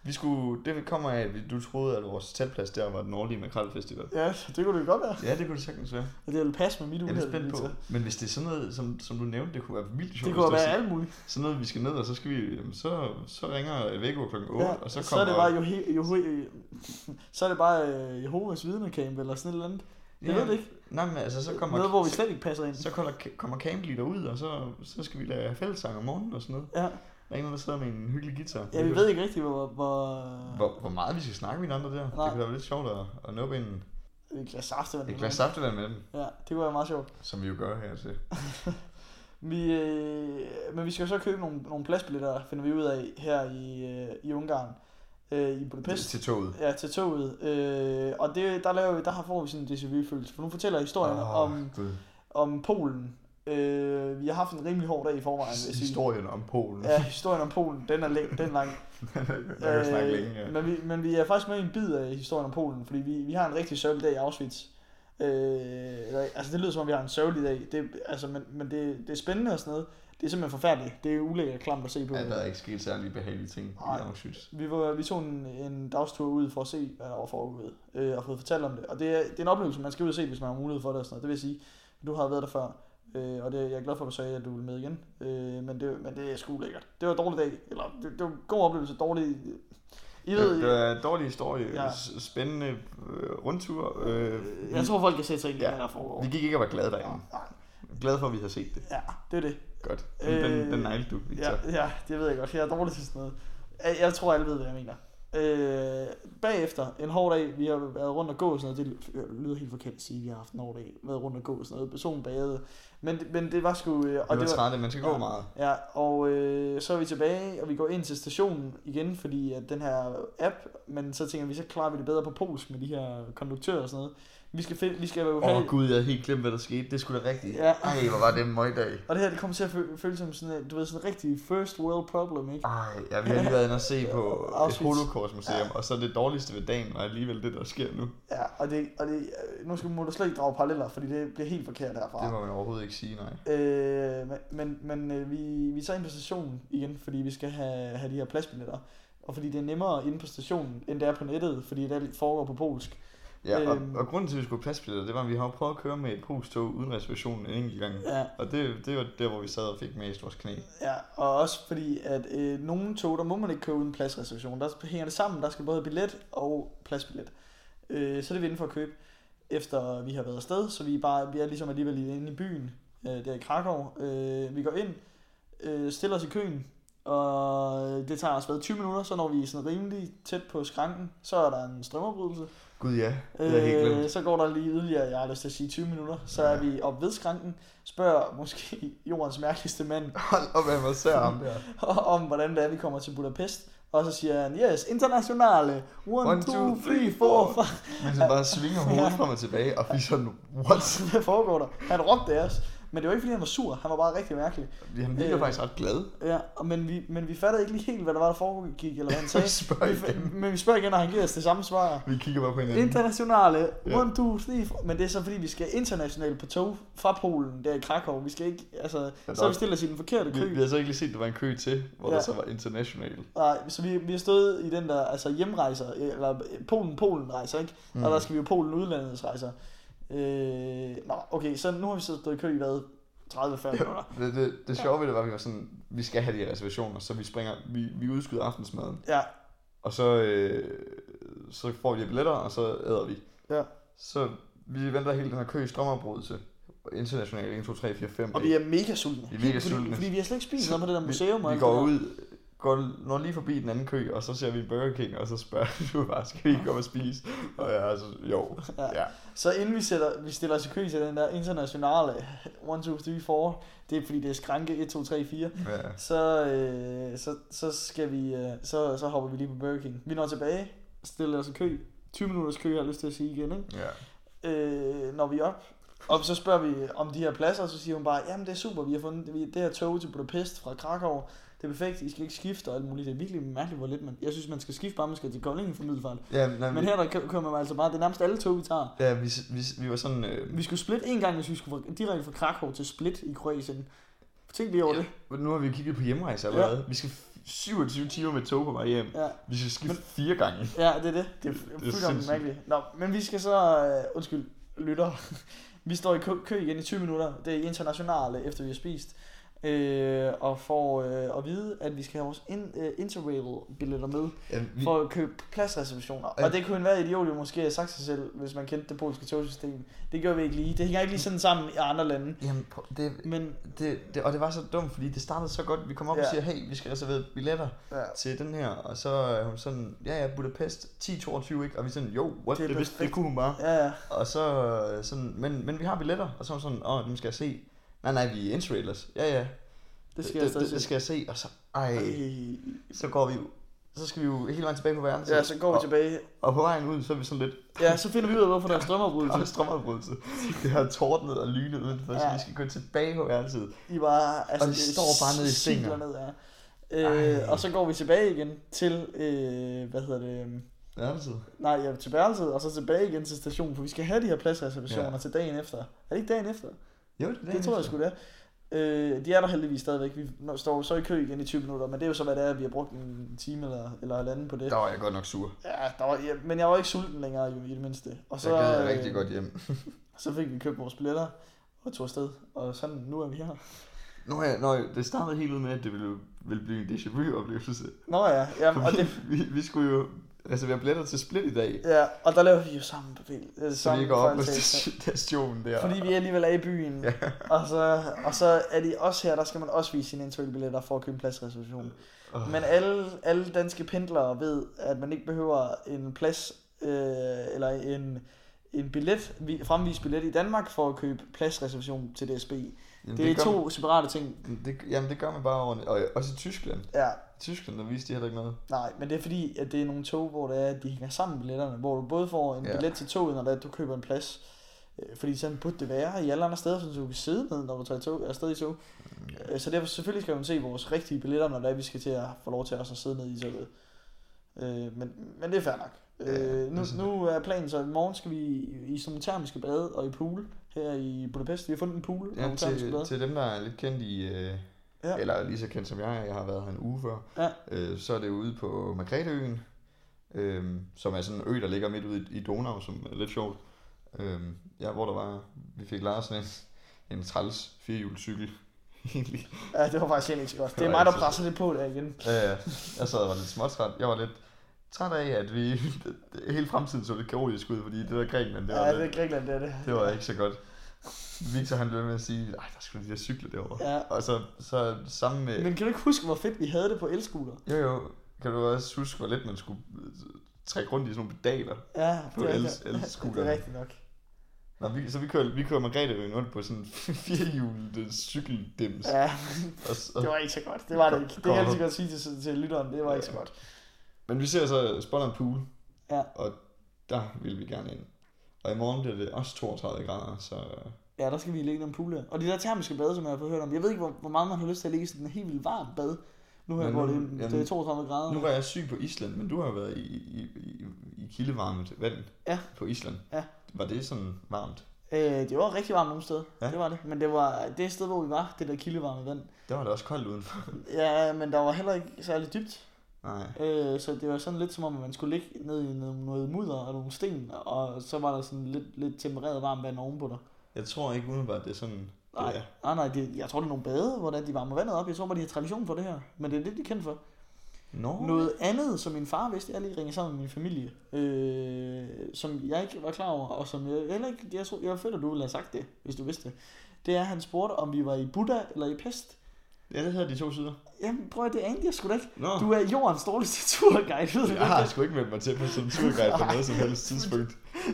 [SPEAKER 2] Vi skulle... Det kommer af, at vi- du troede, at vores teltplads der var den årlige makrelfestival.
[SPEAKER 1] ja, det kunne det godt være.
[SPEAKER 2] Ja, det kunne det sagtens være.
[SPEAKER 1] Og Det ville passe med mit
[SPEAKER 2] Jeg er
[SPEAKER 1] uheld.
[SPEAKER 2] lidt spændt på.
[SPEAKER 1] Victor.
[SPEAKER 2] Men hvis det er sådan noget, som, som du nævnte, det kunne være vildt sjovt.
[SPEAKER 1] Det kunne
[SPEAKER 2] hvis
[SPEAKER 1] være
[SPEAKER 2] er
[SPEAKER 1] alt muligt.
[SPEAKER 2] sådan, sådan noget, vi skal ned, og så skal vi... Jamen, så, så ringer Vækko klokken 8,
[SPEAKER 1] Ja,
[SPEAKER 2] og så kommer...
[SPEAKER 1] så er det bare jo, jo, jo, så er det bare øh, Jehovas vidnecamp eller sådan et eller andet. Jeg ved det ikke.
[SPEAKER 2] Nej, men altså, så kommer...
[SPEAKER 1] Noget, hvor vi slet ikke passer ind.
[SPEAKER 2] Så kommer, kommer Campbell derud, og så, så skal vi lave fællessang om morgenen og sådan noget.
[SPEAKER 1] Ja,
[SPEAKER 2] Der er ingen, der sidder med en hyggelig guitar.
[SPEAKER 1] ja vi ved ikke rigtigt, hvor... hvor,
[SPEAKER 2] hvor, hvor meget vi skal snakke med hinanden der.
[SPEAKER 1] Nej.
[SPEAKER 2] Det kunne da være lidt sjovt at, at nå en,
[SPEAKER 1] Et glas saftevand.
[SPEAKER 2] et glas saftevand med dem,
[SPEAKER 1] Ja, det kunne være meget sjovt.
[SPEAKER 2] som vi jo gør her til.
[SPEAKER 1] Vi, øh, men vi skal jo så købe nogle, nogle pladsbilletter, finder vi ud af her i, øh, i Ungarn, øh, i Budapest.
[SPEAKER 2] Til toget.
[SPEAKER 1] Ja, til toget. Øh, og det, der, laver vi, der får vi sådan en déjà-vu-følelse, for nu fortæller jeg historien
[SPEAKER 2] Ah.
[SPEAKER 1] oh. om,
[SPEAKER 2] Gud.
[SPEAKER 1] om Polen. Øh, vi har haft en rimelig hård dag i forvejen, vil jeg sige.
[SPEAKER 2] Historien om Polen.
[SPEAKER 1] Ja, historien om Polen, den er, læ- den er lang.
[SPEAKER 2] Der kan snakke længe, ja.
[SPEAKER 1] Øh, men, vi, men vi er faktisk med i en bid af historien om Polen, fordi vi, vi har en rigtig sørgelig dag i Auschwitz. Øh, eller, altså det lyder som om vi har en sørgelig dag, det, altså, men, men det, det er spændende og sådan noget. Det er simpelthen forfærdeligt. Det er ulækkert klamt at se på.
[SPEAKER 2] Ja, der er ikke sket særlig behagelige ting
[SPEAKER 1] Nej.
[SPEAKER 2] i Auschwitz.
[SPEAKER 1] Vi, var, vi tog en, en dagstur ud for at se, hvad der var foregået, øh, og fået fortalt om det. Og det er, det er en oplevelse, man skal ud og se, hvis man har mulighed for det. Og sådan noget. Det vil sige, du har været der før, øh, og det, jeg er glad for, at du sagde, at du ville med igen. Øh, men, det, men det er sgu lækkert. Det var en dårlig dag, eller det, det var en god oplevelse, dårlig... øh, I
[SPEAKER 2] Det,
[SPEAKER 1] ved,
[SPEAKER 2] det var en dårlig historie,
[SPEAKER 1] Ja.
[SPEAKER 2] ja. spændende øh, rundtur. Øh,
[SPEAKER 1] jeg tror, folk kan sætte sig ind i,
[SPEAKER 2] Ja.
[SPEAKER 1] hvad der foregår.
[SPEAKER 2] vi gik ikke og var glade derinde.
[SPEAKER 1] Nej,
[SPEAKER 2] Glad for, at vi har set det.
[SPEAKER 1] Ja, det er det.
[SPEAKER 2] Godt. Den, øh, den, den neglede du, Victor. Ja.
[SPEAKER 1] Ja, ja, det ved jeg godt. Jeg er dårlig til sådan noget. Jeg- Jeg tror, alle ved, hvad jeg mener. Øh, bagefter, en hård dag, vi har været rundt og gå og sådan noget. Det ly- lyder helt forkert at sige, at vi har haft en hård dag. Været rundt og gå og sådan noget. Personen bagede. Men, men det var sgu... øh, Og
[SPEAKER 2] Og vi var trætte, man skal gå meget.
[SPEAKER 1] Ja, og øh, så er vi tilbage, og vi går ind til stationen igen, fordi at den her app, men så tænker vi, så klarer vi det bedre på polsk med de her konduktører og sådan noget. Vi skal, finde, vi skal være
[SPEAKER 2] Åh oh, gud, jeg havde helt glemt, hvad der skete. Det skulle da rigtigt.
[SPEAKER 1] Ja.
[SPEAKER 2] Ja. Ej, hvor var det en møgdag.
[SPEAKER 1] Og det her, det kommer til at fø- føles som sådan, en- du ved, sådan en rigtig first world problem, ikke?
[SPEAKER 2] Ej, jeg har lige været inde og se på et
[SPEAKER 1] Auschwitz.
[SPEAKER 2] holocaustmuseum, og så det dårligste ved dagen, og alligevel det, der sker nu.
[SPEAKER 1] Ja, og, det, og det, øh, nu skal, må du slet ikke drage paralleller, fordi det bliver helt forkert herfra.
[SPEAKER 2] Det må man overhovedet ikke sige, nej.
[SPEAKER 1] Øh, men- men, men øh, vi, vi tager ind på stationen igen, fordi vi skal have, have de her pladsbilletter. Og fordi det er nemmere inde på stationen, end det er på nettet, fordi det alt foregår på polsk.
[SPEAKER 2] Ja, og,
[SPEAKER 1] Øhm.
[SPEAKER 2] og grunden til, at vi skulle have pladsbilletter, det var, at vi har jo prøvet at køre med et polstog uden reservation en enkelt gang.
[SPEAKER 1] Ja,
[SPEAKER 2] Og det, det var der, hvor vi sad og fik mest vores knæ.
[SPEAKER 1] ja. og også fordi, at øh, nogle tog, der må man ikke køre uden pladsreservation. Der hænger det sammen, der skal både billet og pladsbillet. Øh, så det er vi inde for at købe, efter vi har været afsted, så vi er, bare, vi er ligesom alligevel inde i byen, øh, der i Krakow. Øh, vi går ind, øh, stiller os i køen, og det tager os hvad, 20 minutter, så når vi er sådan rimelig tæt på skranken, så er der en strømafbrydelse.
[SPEAKER 2] Gud ja, det havde jeg helt glemt.
[SPEAKER 1] så går der lige yderligere, jeg har lyst til at sige 20 minutter, så er vi oppe ved skranken, spørger måske jordens mærkeligste mand,
[SPEAKER 2] Hold op, han var sær ham der.
[SPEAKER 1] om hvordan det er, vi kommer til Budapest. Og så siger han, yes, internationale, one,
[SPEAKER 2] One,
[SPEAKER 1] two,
[SPEAKER 2] two,
[SPEAKER 1] three,
[SPEAKER 2] three,
[SPEAKER 1] four,
[SPEAKER 2] four."
[SPEAKER 1] five.
[SPEAKER 2] Men så bare svinger hovedet frem og tilbage, og vi sådan, what?
[SPEAKER 1] Hvad foregår der? Han råbte af os, men det var ikke fordi, han var sur, han var bare rigtig mærkelig.
[SPEAKER 2] Han virker
[SPEAKER 1] Øh.
[SPEAKER 2] faktisk ret glad.
[SPEAKER 1] Ja, og- men vi, men vi fattede ikke lige helt, hvad der var, der foregik, eller hvad han sagde.
[SPEAKER 2] Vi spørger
[SPEAKER 1] Vi-
[SPEAKER 2] igen.
[SPEAKER 1] men vi spørger igen, og han giver os det samme svar.
[SPEAKER 2] Vi kigger bare på hinanden.
[SPEAKER 1] Internationale,
[SPEAKER 2] Ja.
[SPEAKER 1] one, two, three, four. Men det er så fordi, vi skal internationalt på tog fra Polen, der i Krakow. Vi skal ikke, altså, så har vi stillet os i den forkerte kø.
[SPEAKER 2] Vi, vi havde så ikke lige set, at der var en kø til, hvor
[SPEAKER 1] Ja.
[SPEAKER 2] der så var international.
[SPEAKER 1] Nej, så vi, vi har stået i den der altså hjemrejser, eller øh, Polen-Polen-rejser, ikke? Mm. Og der skal vi jo Polen-udlandets Øh, nå, okay, så nu har vi så stået i kø i hvad? 30-40 minutter.
[SPEAKER 2] Det, det, det sjove ved det var, at vi var sådan, vi skal have de her reservationer, så vi springer, vi, vi udskyder aftensmaden,
[SPEAKER 1] Ja,
[SPEAKER 2] og så, øh, så får vi de her billetter, og så æder vi.
[SPEAKER 1] Ja.
[SPEAKER 2] Så vi venter hele den her kø i strømafbrydelse, international 1, 2, 3, 4, 5.
[SPEAKER 1] og vi er mega sultne.
[SPEAKER 2] Vi er mega
[SPEAKER 1] fordi,
[SPEAKER 2] sultne.
[SPEAKER 1] Fordi vi har slet ikke spist
[SPEAKER 2] Så
[SPEAKER 1] noget på det der museum. og
[SPEAKER 2] vi, vi
[SPEAKER 1] alt
[SPEAKER 2] går
[SPEAKER 1] det der.
[SPEAKER 2] ud, går, når lige forbi den anden kø, og så ser vi en Burger King, og så spørger du bare, skal vi ikke komme og spise? Og jeg er så, jo,
[SPEAKER 1] Ja.
[SPEAKER 2] ja.
[SPEAKER 1] Så inden vi, sætter, vi stiller os i kø til den der internationale 1, 2, 3, 4, det er fordi det er skranke 1, 2, 3, 4,
[SPEAKER 2] ja.
[SPEAKER 1] så, øh, så, så, skal vi, øh, så, så hopper vi lige på Burger King. Vi når tilbage, stiller os i kø, 20 minutters kø, jeg har lyst til at sige igen, ikke?
[SPEAKER 2] ja.
[SPEAKER 1] øh, når vi er op. Og så spørger vi om de her pladser, og så siger hun bare, jamen det er super, vi har fundet vi- det her tog til Budapest fra Krakow. Det er perfekt, I skal ikke skifte og alt muligt. Det er virkelig mærkeligt, hvor lidt man... Jeg synes, man skal skifte, bare man skal til Kolding for middelfart.
[SPEAKER 2] Ja, nej,
[SPEAKER 1] Men
[SPEAKER 2] vi-
[SPEAKER 1] her der kø- kører man altså bare, det er nærmest alle tog, vi tager.
[SPEAKER 2] Ja, vi, vi, vi var sådan... Øh,
[SPEAKER 1] Vi skulle split en gang, hvis vi skulle fra- direkte fra Krakow til Split i Kroatien. Tænk lige over det.
[SPEAKER 2] nu har vi jo kigget på hjemrejse allerede. Ja. Vi skal f- 27 timer med tog på vej hjem.
[SPEAKER 1] Ja.
[SPEAKER 2] Vi skal skifte men... fire gange.
[SPEAKER 1] Ja, det er det. Det er
[SPEAKER 2] Det er
[SPEAKER 1] fuldkommen
[SPEAKER 2] sindssygt.
[SPEAKER 1] mærkeligt. Nå, men vi skal så... Øh, undskyld, lytter. vi står i kø, kø igen i 20 minutter. Det er internationale, efter vi har spist. Øh, og får øh, at vide, at vi skal have vores in, øh, interrail-billetter med
[SPEAKER 2] Ja, vi,
[SPEAKER 1] for at købe pladsreservationer.
[SPEAKER 2] Ja.
[SPEAKER 1] Og det kunne være idiot, jo måske have sagt sig selv, hvis man kendte det polske togsystem. Det gør vi ikke lige. Det hænger ikke lige sådan sammen i andre lande.
[SPEAKER 2] Jamen, prøv- det,
[SPEAKER 1] Men
[SPEAKER 2] det, det, og det var så dumt, fordi det startede så godt. Vi kom op ja.
[SPEAKER 1] Ja.
[SPEAKER 2] og siger, hey, vi skal reservere billetter
[SPEAKER 1] ja,
[SPEAKER 2] til den her. Og så er hun sådan, ja ja, Budapest 10-22, ikke? Og vi er sådan, jo, what?
[SPEAKER 1] Det er
[SPEAKER 2] Det, det, vidste,
[SPEAKER 1] perfekt.
[SPEAKER 2] det kunne hun bare.
[SPEAKER 1] ja, ja.
[SPEAKER 2] Og så øh, sådan, men, men vi har billetter. Og så er hun sådan, åh, dem skal jeg se. Nej, nej, vi er interrailers. Ja, ja,
[SPEAKER 1] det skal jeg
[SPEAKER 2] det,
[SPEAKER 1] stadig
[SPEAKER 2] det, det
[SPEAKER 1] sige.
[SPEAKER 2] skal jeg se. Og så, ej, så går vi jo, så skal vi jo hele vejen tilbage på verden.
[SPEAKER 1] Ja, så går vi tilbage.
[SPEAKER 2] Og på vejen ud, så er vi sådan lidt,
[SPEAKER 1] Ja, så finder vi ud af, hvorfor der er
[SPEAKER 2] der er
[SPEAKER 1] strømafbrydelse.
[SPEAKER 2] strømafbrydelse. Det har tordnet og lynet udenfor, ja.
[SPEAKER 1] Ja.
[SPEAKER 2] så vi skal gå tilbage på værelset.
[SPEAKER 1] I bare, altså,
[SPEAKER 2] Og de
[SPEAKER 1] det
[SPEAKER 2] står bare nede i
[SPEAKER 1] singler
[SPEAKER 2] sengen.
[SPEAKER 1] Ned, ja. Øh,
[SPEAKER 2] Ej.
[SPEAKER 1] og så går vi tilbage igen til, øh, hvad hedder det, øhm,
[SPEAKER 2] Værelset?
[SPEAKER 1] nej, ja, til værelset, og så tilbage igen til stationen, for vi skal have de her pladsreservationer ja.
[SPEAKER 2] Ja.
[SPEAKER 1] til dagen efter. Er det ikke dagen efter?
[SPEAKER 2] Jo, det er
[SPEAKER 1] det tror jeg
[SPEAKER 2] sgu.
[SPEAKER 1] sgu det er. Øh, de er der heldigvis stadigvæk. Vi nå- står så i kø igen i 20 minutter, men det er jo så, hvad det er, at vi har brugt en time eller, eller halvanden på det.
[SPEAKER 2] Der var jeg godt nok sur.
[SPEAKER 1] Ja, der var, ja, men jeg var ikke sulten længere jo, i det mindste. Og
[SPEAKER 2] Så
[SPEAKER 1] så,
[SPEAKER 2] jeg gad jeg
[SPEAKER 1] øh,
[SPEAKER 2] rigtig godt hjem.
[SPEAKER 1] så fik vi købt vores billetter og tog afsted. Og sådan, nu er vi her.
[SPEAKER 2] Nå ja, nå, ja, det startede helt ud med, at det ville, ville blive en déjà vu oplevelse.
[SPEAKER 1] Nå ja, ja og,
[SPEAKER 2] Fordi
[SPEAKER 1] det,
[SPEAKER 2] vi, vi skulle jo reservere billetter til Split i dag,
[SPEAKER 1] ja, og der laver vi jo samme bevægelse. Øh,
[SPEAKER 2] så vi
[SPEAKER 1] samme
[SPEAKER 2] ikke går op på
[SPEAKER 1] fejltagelse.
[SPEAKER 2] st- stationen der.
[SPEAKER 1] Fordi vi alligevel er i byen.
[SPEAKER 2] Ja.
[SPEAKER 1] Og, så, og så er det også her, der skal man også vise sine interrailbilletter for at købe en pladsreservation.
[SPEAKER 2] Øh, Åh.
[SPEAKER 1] Men alle, alle danske pendlere ved, at man ikke behøver en plads øh, eller en, en billet, vi- fremvist billet i Danmark for at købe pladsreservation til DSB.
[SPEAKER 2] Jamen,
[SPEAKER 1] det er
[SPEAKER 2] gør
[SPEAKER 1] to separate ting.
[SPEAKER 2] Man, det, jamen, det gør man bare ordentligt. Og også i Tyskland.
[SPEAKER 1] Ja,
[SPEAKER 2] I Tyskland, der viste de heller ikke noget.
[SPEAKER 1] nej, men det er fordi, at det er nogle tog, hvor det er, at de hænger sammen billetterne, hvor du både får en
[SPEAKER 2] Ja.
[SPEAKER 1] billet til toget, når det er, at du køber en plads. Øh, Fordi sådan burde det være i alle andre steder, så du kan sidde ned, når du tager tog, afsted i tog.
[SPEAKER 2] Mm.
[SPEAKER 1] Øh, Så derfor selvfølgelig skal man se vores rigtige billetter, når det er, vi skal til at få lov til også at sidde ned i toget. Øh, men, men det er fair nok.
[SPEAKER 2] Ja, det
[SPEAKER 1] Øh,
[SPEAKER 2] er
[SPEAKER 1] nu,
[SPEAKER 2] sådan
[SPEAKER 1] nu er planen så, at i morgen skal vi i, i sådan termiske bade og i pool her i Budapest. Vi har fundet en pool og
[SPEAKER 2] Ja,
[SPEAKER 1] nogle termiske
[SPEAKER 2] til,
[SPEAKER 1] bade.
[SPEAKER 2] til dem, der er lidt kendt i... Øh,
[SPEAKER 1] Ja.
[SPEAKER 2] ja. Eller lige så kendt som jeg, jeg har været her en uge før.
[SPEAKER 1] Ja.
[SPEAKER 2] Øh, så er det ude på Margretheøen, øh, som er sådan en ø, der ligger midt ude i, i Donau, som er lidt sjovt. Øh, ja, hvor der var... Vi fik lejet sådan en, en træls firehjulet cykel. Egentlig.
[SPEAKER 1] Ja, det var faktisk helt ikke så godt. Det er
[SPEAKER 2] Det var
[SPEAKER 1] mig, der
[SPEAKER 2] ikke så
[SPEAKER 1] presser det på der igen.
[SPEAKER 2] Ja, ja. Øh, Jeg sad og var lidt småtræt. Jeg var lidt træt af, at vi hele fremtiden så lidt kaotisk ud, fordi det der Grækenland, det var,
[SPEAKER 1] Ja, det
[SPEAKER 2] lidt,
[SPEAKER 1] er Grækenland, det er det.
[SPEAKER 2] det var ikke så godt. Victor han blev ved med at sige, nej, der skulle de der cykler derovre.
[SPEAKER 1] Ja.
[SPEAKER 2] Og så, så sammen med...
[SPEAKER 1] Men kan du ikke huske, hvor fedt vi havde det på elskuler?
[SPEAKER 2] Jo jo, kan du også huske, hvor lidt man skulle øh, trække rundt i sådan nogle pedaler.
[SPEAKER 1] Ja,
[SPEAKER 2] På
[SPEAKER 1] det er-
[SPEAKER 2] el-
[SPEAKER 1] Det
[SPEAKER 2] elscooteren.
[SPEAKER 1] er rigtigt nok.
[SPEAKER 2] Nå, vi, så vi kører, vi kører Margrethe rundt på sådan en firehjulet øh, cykeldims.
[SPEAKER 1] Ja,
[SPEAKER 2] Og, s- og,
[SPEAKER 1] det var ikke så godt. Det var det ikke. Det kan jeg
[SPEAKER 2] Kommer-
[SPEAKER 1] altid godt sige til, til lytteren. Det var ikke så
[SPEAKER 2] Ja.
[SPEAKER 1] godt.
[SPEAKER 2] Men vi ser så Spondon Pool,
[SPEAKER 1] Ja.
[SPEAKER 2] og der vil vi gerne ind. Og i morgen bliver det også 32 grader, så
[SPEAKER 1] Ja, der skal vi ligge i en pool her. Og de der termiske bade, som jeg har fået hørt om. Jeg ved ikke, hvor, hvor meget man har lyst til at ligge i sådan en helt vildt varm bad. Nu her,
[SPEAKER 2] Men
[SPEAKER 1] hvor
[SPEAKER 2] nu-
[SPEAKER 1] det, er- det er
[SPEAKER 2] jamen,
[SPEAKER 1] 32 grader.
[SPEAKER 2] Nu var jeg syg på Island, men du har jo været i, i, i, i kildevarmet vand
[SPEAKER 1] Ja.
[SPEAKER 2] på Island.
[SPEAKER 1] Ja.
[SPEAKER 2] Var det sådan varmt?
[SPEAKER 1] Øh, det var rigtig varmt nogle steder. Ja.
[SPEAKER 2] Ja.
[SPEAKER 1] Det var det. Men det var det sted, hvor vi var, det der kildevarme vand.
[SPEAKER 2] Der var det også koldt udenfor.
[SPEAKER 1] Ja, men der var heller ikke særlig dybt.
[SPEAKER 2] Nej.
[SPEAKER 1] Øh, så det var sådan lidt som om, at man skulle ligge ned i noget, noget mudder og nogle sten. Og så var der sådan lidt, lidt tempereret varmt vand ovenpå dig.
[SPEAKER 2] Jeg tror ikke umiddelbart, det er sådan...
[SPEAKER 1] Nej,
[SPEAKER 2] Det er.
[SPEAKER 1] nej, Ah, nej det, jeg tror, det er nogle bade, hvor det er, de varmer vandet op. Jeg tror bare, de har tradition for det her. Men det er det, de er kendt for.
[SPEAKER 2] Nå.
[SPEAKER 1] Noget andet, som min far vidste, jeg lige ringede sammen med min familie, øh, som jeg ikke var klar over, og som jeg heller ikke, jeg, tror, jeg føler, du ville have sagt det, hvis du vidste det, det er, at han spurgte, om vi var i Buddha eller i Pest.
[SPEAKER 2] Ja, det hedder de to sider.
[SPEAKER 1] Jamen, prøv at det anede jeg sgu da ikke.
[SPEAKER 2] Nå.
[SPEAKER 1] Du er jordens dårligste turguide, ved du
[SPEAKER 2] Jeg
[SPEAKER 1] ja.
[SPEAKER 2] har sgu ikke meldt mig til på sådan en turguide på noget som helst tidspunkt.